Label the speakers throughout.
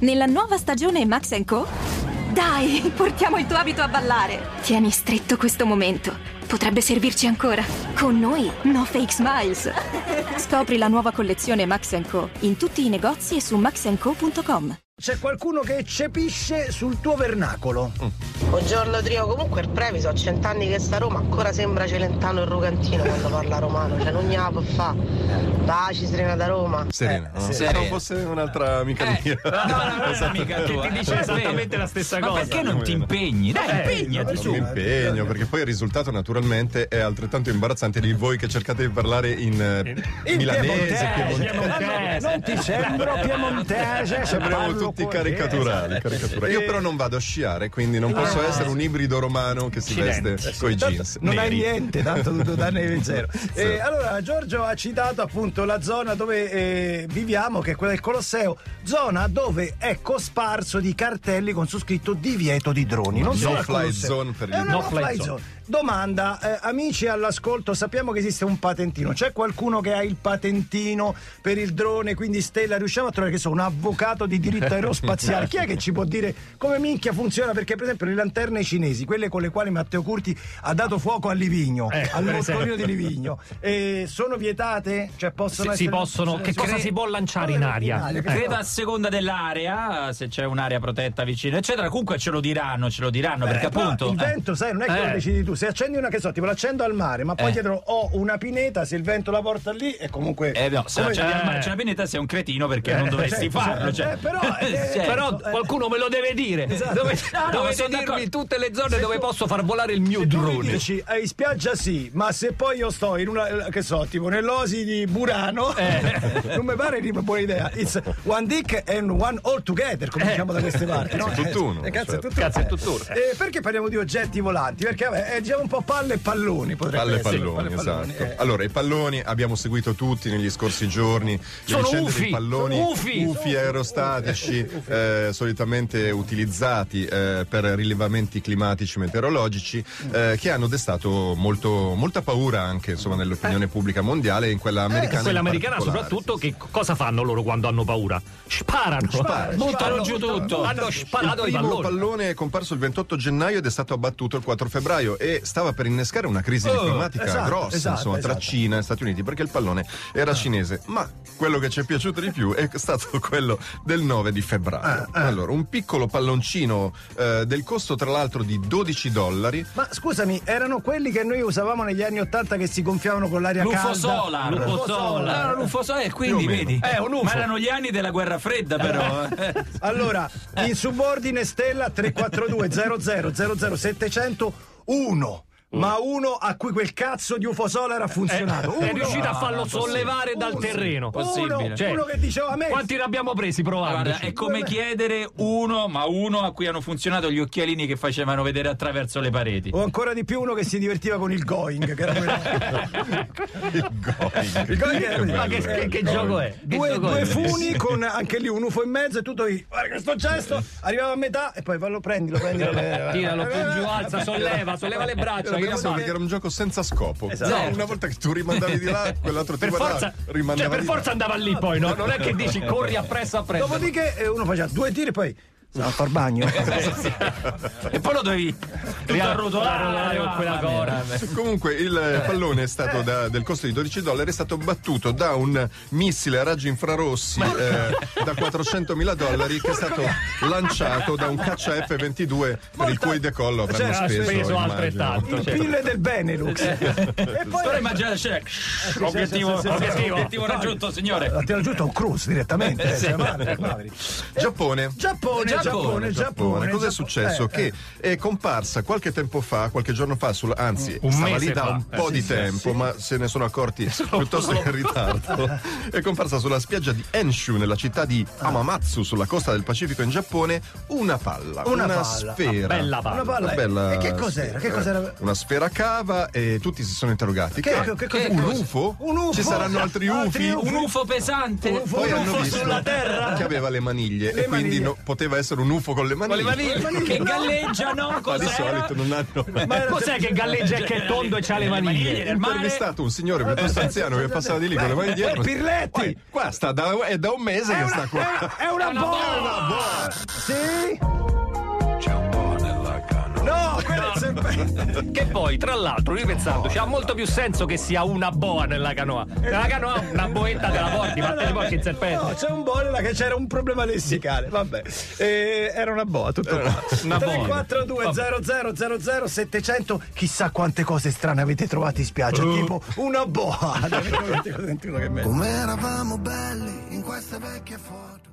Speaker 1: Nella nuova stagione Max Co? Dai, portiamo il tuo abito a ballare! Tieni stretto questo momento. Potrebbe servirci ancora. Con noi, no fake smiles. Scopri la nuova collezione Max Co in tutti i negozi e su maxenco.com.
Speaker 2: C'è qualcuno che cepisce sul tuo vernacolo.
Speaker 3: Mm.
Speaker 4: Buongiorno Trio, comunque il Previso ha cent'anni che sta a Roma, ancora sembra Celentano e Rugantino quando parla romano, cioè non gliela può fa. Baci Serena da Roma.
Speaker 3: Serena, no? se
Speaker 5: Serena.
Speaker 3: non fosse un'altra amica mia.
Speaker 5: No, no, non è un'amica tua.
Speaker 6: Ti dice
Speaker 5: È
Speaker 6: esattamente
Speaker 5: vero.
Speaker 6: la
Speaker 5: Esatto.
Speaker 6: stessa
Speaker 5: Eh, Ma
Speaker 6: cosa.
Speaker 5: perché non ti impegni? Dai,
Speaker 6: Eh,
Speaker 5: impegnati
Speaker 3: Non
Speaker 5: su.
Speaker 3: mi impegno perché poi il risultato naturalmente è altrettanto imbarazzante di voi che cercate di parlare in, eh, milanese. piemontese.
Speaker 6: Eh,
Speaker 2: Non ti sembro piemontese, se
Speaker 3: Sembriamo
Speaker 2: parlo
Speaker 3: tutti
Speaker 2: pugliese.
Speaker 3: caricaturali. caricatura. Io però non vado a sciare, quindi non posso essere un ibrido romano che si
Speaker 6: Accidenti.
Speaker 3: veste coi
Speaker 2: Tanto
Speaker 3: jeans.
Speaker 2: Esatto. non hai
Speaker 3: neri.
Speaker 2: niente, tanto tutto da neve zero. Eh, allora, Giorgio ha citato appunto la zona dove eh, viviamo, che è quella del Colosseo, zona dove è cosparso di cartelli con su scritto divieto di droni. Non
Speaker 3: No
Speaker 2: solo al
Speaker 3: fly
Speaker 2: Colosseo.
Speaker 3: zone per
Speaker 2: È
Speaker 3: gli-
Speaker 2: una
Speaker 6: No
Speaker 2: no fly
Speaker 6: fly
Speaker 2: zone.
Speaker 6: zone.
Speaker 2: Domanda, eh, amici all'ascolto, sappiamo che esiste un patentino. C'è qualcuno che ha il patentino per il drone, quindi Stella, riusciamo a trovare che so, un avvocato di diritto aerospaziale. Chi è che ci può dire come minchia funziona? Perché per esempio le lanterne cinesi, quelle con le quali Matteo Curti ha dato fuoco a Livigno,
Speaker 6: Ecco,
Speaker 2: al
Speaker 6: per
Speaker 2: moscolino
Speaker 6: esempio.
Speaker 2: di Livigno, eh, sono vietate? Cioè possono
Speaker 6: Sì, sì,
Speaker 2: essere Eh,
Speaker 6: possono- che
Speaker 2: si
Speaker 6: cosa
Speaker 2: possono-
Speaker 6: si può lanciare in aria?
Speaker 2: che
Speaker 5: Credo
Speaker 2: cosa-
Speaker 5: a seconda dell'area, se c'è un'area protetta vicino, eccetera. Comunque ce lo diranno, ce lo diranno, perché
Speaker 2: Eh, però
Speaker 5: appunto.
Speaker 2: il vento, sai, non è che
Speaker 6: Eh.
Speaker 2: lo decidi tu. Se accendi una, che so, tipo l'accendo al mare, ma poi
Speaker 5: Eh.
Speaker 2: dietro ho una pineta, se il vento la porta lì, è comunque.
Speaker 5: Eh, no, se la
Speaker 2: come-
Speaker 5: c'è la
Speaker 6: eh.
Speaker 5: marcia pineta sei un cretino perché non dovresti
Speaker 2: certo, certo.
Speaker 5: farlo. Cioè.
Speaker 2: Eh, però, eh,
Speaker 5: Cioè,
Speaker 6: Però
Speaker 2: eh.
Speaker 6: qualcuno me lo deve dire.
Speaker 2: Esatto.
Speaker 6: Dove-
Speaker 5: Ah, no,
Speaker 6: dovete
Speaker 5: sono
Speaker 6: dirmi
Speaker 5: d'accordo.
Speaker 6: tutte le zone
Speaker 2: Se
Speaker 6: dove
Speaker 2: tu-
Speaker 6: posso far volare il mio
Speaker 2: se tu mi
Speaker 6: drone.
Speaker 2: dici, eh, in spiaggia sì, ma se poi io sto in una, eh, che so, tipo nell'osi di Burano, non mi pare di una buona idea. It's one dick and one all together, come diciamo da queste parti. no?
Speaker 3: Cazzo è tutt'uno,
Speaker 2: Eh, cazzo, è
Speaker 3: certo.
Speaker 2: tutt'uno.
Speaker 6: Cazzo, è tutt'uno.
Speaker 2: Eh, eh, perché parliamo di oggetti volanti? Perché vabbè, è diciamo un po' palle e palloni. potrebbe
Speaker 3: Palle e
Speaker 2: essere,
Speaker 3: palloni,
Speaker 2: e
Speaker 3: esatto.
Speaker 2: palloni, eh.
Speaker 3: Allora, i palloni abbiamo seguito tutti negli scorsi giorni. Le
Speaker 6: Sono
Speaker 3: vicende
Speaker 6: ufi,
Speaker 3: dei palloni
Speaker 6: sono ufi.
Speaker 3: aerostatici, eh, solitamente utilizzati eh, per rilevamenti climatici meteorologici, eh, che hanno destato molto, molta paura anche insomma, nell'opinione pubblica mondiale e in quella americana. in
Speaker 6: Eh. Quella americana
Speaker 3: particolare.
Speaker 6: soprattutto che co- cosa fanno loro quando hanno paura? Sparano.
Speaker 3: Sparano.
Speaker 6: Buttano
Speaker 2: Sparano,
Speaker 6: giù
Speaker 2: buttano
Speaker 6: tutto.
Speaker 2: giù.
Speaker 6: Hanno
Speaker 3: Il
Speaker 6: sparato i
Speaker 3: primo
Speaker 6: palloni.
Speaker 3: pallone è comparso il 28 gennaio ed è stato abbattuto il 4 febbraio e stava per innescare una crisi
Speaker 6: Oh,
Speaker 3: diplomatica
Speaker 2: esatto,
Speaker 3: grossa
Speaker 2: esatto,
Speaker 3: insomma, tra
Speaker 2: esatto.
Speaker 3: Cina e Stati Uniti perché il pallone era
Speaker 6: Ah.
Speaker 3: cinese ma quello che ci è piaciuto di più è stato quello del 9 di
Speaker 6: Ah,
Speaker 3: febbraio allora un piccolo palloncino eh, del costo tra l'altro di 12 dollari
Speaker 2: Ma scusami, erano quelli che noi usavamo negli anni Ottanta che si gonfiavano con l'aria
Speaker 5: Lufo
Speaker 2: calda?
Speaker 5: Solar.
Speaker 6: Lufo Solar.
Speaker 5: Ah, Lufo Solar, quindi
Speaker 3: Più o meno.
Speaker 5: vedi.
Speaker 6: Eh, un UFO.
Speaker 5: Ma erano gli anni della guerra fredda, però. eh.
Speaker 2: Allora, in subordine stella 342 00 701.
Speaker 6: Mm.
Speaker 2: Ma uno a cui quel cazzo di UFO Solar ha funzionato. Uno.
Speaker 6: Eh, È riuscito a farlo
Speaker 5: no, possibile.
Speaker 6: sollevare dal
Speaker 2: Uno.
Speaker 6: terreno.
Speaker 2: Uno,
Speaker 5: Possibile.
Speaker 6: Cioè,
Speaker 2: uno che diceva a me.
Speaker 6: Quanti ne abbiamo presi
Speaker 2: Ah,
Speaker 6: provando?
Speaker 5: Guarda, è come
Speaker 2: Vabbè.
Speaker 5: chiedere uno, ma uno a cui hanno funzionato gli occhialini che facevano vedere attraverso le pareti.
Speaker 2: O ancora di più uno che si divertiva con il going. Che era quello-
Speaker 3: Il
Speaker 6: Eh.
Speaker 3: Going.
Speaker 2: Il Going era-
Speaker 3: Che
Speaker 6: Ma
Speaker 3: bello
Speaker 6: che,
Speaker 3: era
Speaker 6: che-
Speaker 3: il
Speaker 6: che
Speaker 3: Going.
Speaker 6: gioco è? Che
Speaker 2: due,
Speaker 6: gioco
Speaker 2: due
Speaker 6: è?
Speaker 2: funi con anche lì un UFO in mezzo e tutto lì. Guarda questo gesto. Arrivava a metà e poi fallo, prendilo, prendilo. prendilo. Eh,
Speaker 6: Tiralo più giù, alza, solleva, solleva le braccia.
Speaker 3: Era
Speaker 6: Che ne
Speaker 3: bello
Speaker 6: fa?
Speaker 3: perché era un gioco senza scopo.
Speaker 2: Esatto.
Speaker 3: No, Una volta che tu rimandavi di là, quell'altro ti
Speaker 6: Per
Speaker 3: guardava,
Speaker 6: forza,
Speaker 3: rimandava
Speaker 6: cioè, per
Speaker 3: di là.
Speaker 6: forza andava lì poi, no? Non è che dici corri appresso appresso.
Speaker 2: Dopodiché eh, uno faceva due tiri e poi. Sono a far bagno.
Speaker 5: E poi lo dovevi tutto
Speaker 6: Ria-
Speaker 5: arrotolare
Speaker 6: con quella
Speaker 5: mamma mia,
Speaker 6: corda.
Speaker 5: vabbè.
Speaker 3: Comunque il eh, pallone è stato da- del costo di 12 dollari è stato battuto da un missile a raggi infrarossi eh, da 400 mila dollari che è stato
Speaker 2: Ecco.
Speaker 3: lanciato da un caccia F-22 per il cui decollo avranno
Speaker 2: Cioè, ha
Speaker 3: speso,
Speaker 6: speso
Speaker 3: immagino.
Speaker 6: altrettanto.
Speaker 2: Il
Speaker 6: Cioè-
Speaker 2: pille del Benelux. e poi
Speaker 5: Ora immaginate, cioè, obiettivo,
Speaker 2: Eh, sì, sì, sì,
Speaker 5: obiettivo,
Speaker 2: sì.
Speaker 5: obiettivo raggiunto, signore.
Speaker 2: Ha tirato giù Tom Cruise direttamente. eh, cioè, male, poveri.
Speaker 3: Giappone.
Speaker 2: Giappone, Giappone, Giappone, Giappone.
Speaker 3: Cosa è successo?
Speaker 2: Eh,
Speaker 3: che è comparsa qualche tempo fa, qualche giorno fa, sul- anzi,
Speaker 6: Un
Speaker 3: stava
Speaker 6: mese
Speaker 3: lì da
Speaker 6: fa.
Speaker 3: un
Speaker 6: Eh,
Speaker 3: po' di tempo, ma se ne sono accorti piuttosto in ritardo. è comparsa sulla spiaggia di Enshu, nella città di
Speaker 2: Ah.
Speaker 3: Hamamatsu, sulla costa del Pacifico in Giappone, una palla,
Speaker 2: Una
Speaker 3: una,
Speaker 2: palla.
Speaker 3: sfera.
Speaker 6: Bella palla.
Speaker 2: Una palla.
Speaker 3: Una bella
Speaker 2: e che cos'era?
Speaker 3: sfera.
Speaker 2: Che cos'era?
Speaker 3: Una sfera cava e tutti si sono interrogati.
Speaker 2: Che- che- che cos'è?
Speaker 3: un UFO?
Speaker 2: Un UFO?
Speaker 3: Ci saranno altri
Speaker 2: Altri
Speaker 3: UFI?
Speaker 2: UFO?
Speaker 5: Un UFO pesante.
Speaker 2: Un UFO
Speaker 3: hanno
Speaker 2: UFO
Speaker 3: visto
Speaker 2: sulla terra?
Speaker 3: Che aveva le maniglie
Speaker 2: Le
Speaker 3: e quindi
Speaker 2: maniglie.
Speaker 3: no- poteva essere essere un UFO con le manine.
Speaker 5: che galleggiano
Speaker 3: Ma di
Speaker 5: cos'era?
Speaker 3: solito non hanno.
Speaker 2: Ma era- Eh,
Speaker 6: Cos'è che galleggia e che è tondo e c'ha le maniglie?
Speaker 5: nel mare.
Speaker 3: intervistato un signore piuttosto anziano che passava di lì con le mani dietro.
Speaker 2: Eh, Pirletti!
Speaker 3: Poi, qua sta da, è da un mese
Speaker 2: è
Speaker 3: che
Speaker 2: una,
Speaker 3: sta qua.
Speaker 2: è- è una bomba! Sì? No, quella è sempre...
Speaker 6: Che poi, tra l'altro, ripensandoci, ha molto più senso che sia una boa nella canoa. Nella canoa una boetta te la porti, Eh, ma te ne porti il serpente.
Speaker 2: Eh, No, c'è un bolla che c'era un problema lessicale. Vabbè, Eh, era una boa, tutto qua.
Speaker 6: Eh, una boa.
Speaker 2: 342 00 700 chissà quante cose strane avete trovato in spiaggia.
Speaker 6: Uh.
Speaker 2: Tipo una boa. Dai, veramente, sentilo che bello.
Speaker 7: Come eravamo belli in queste vecchie foto.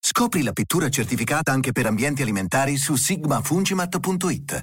Speaker 7: Scopri la pittura certificata anche per ambienti alimentari su sigmafungimat.it.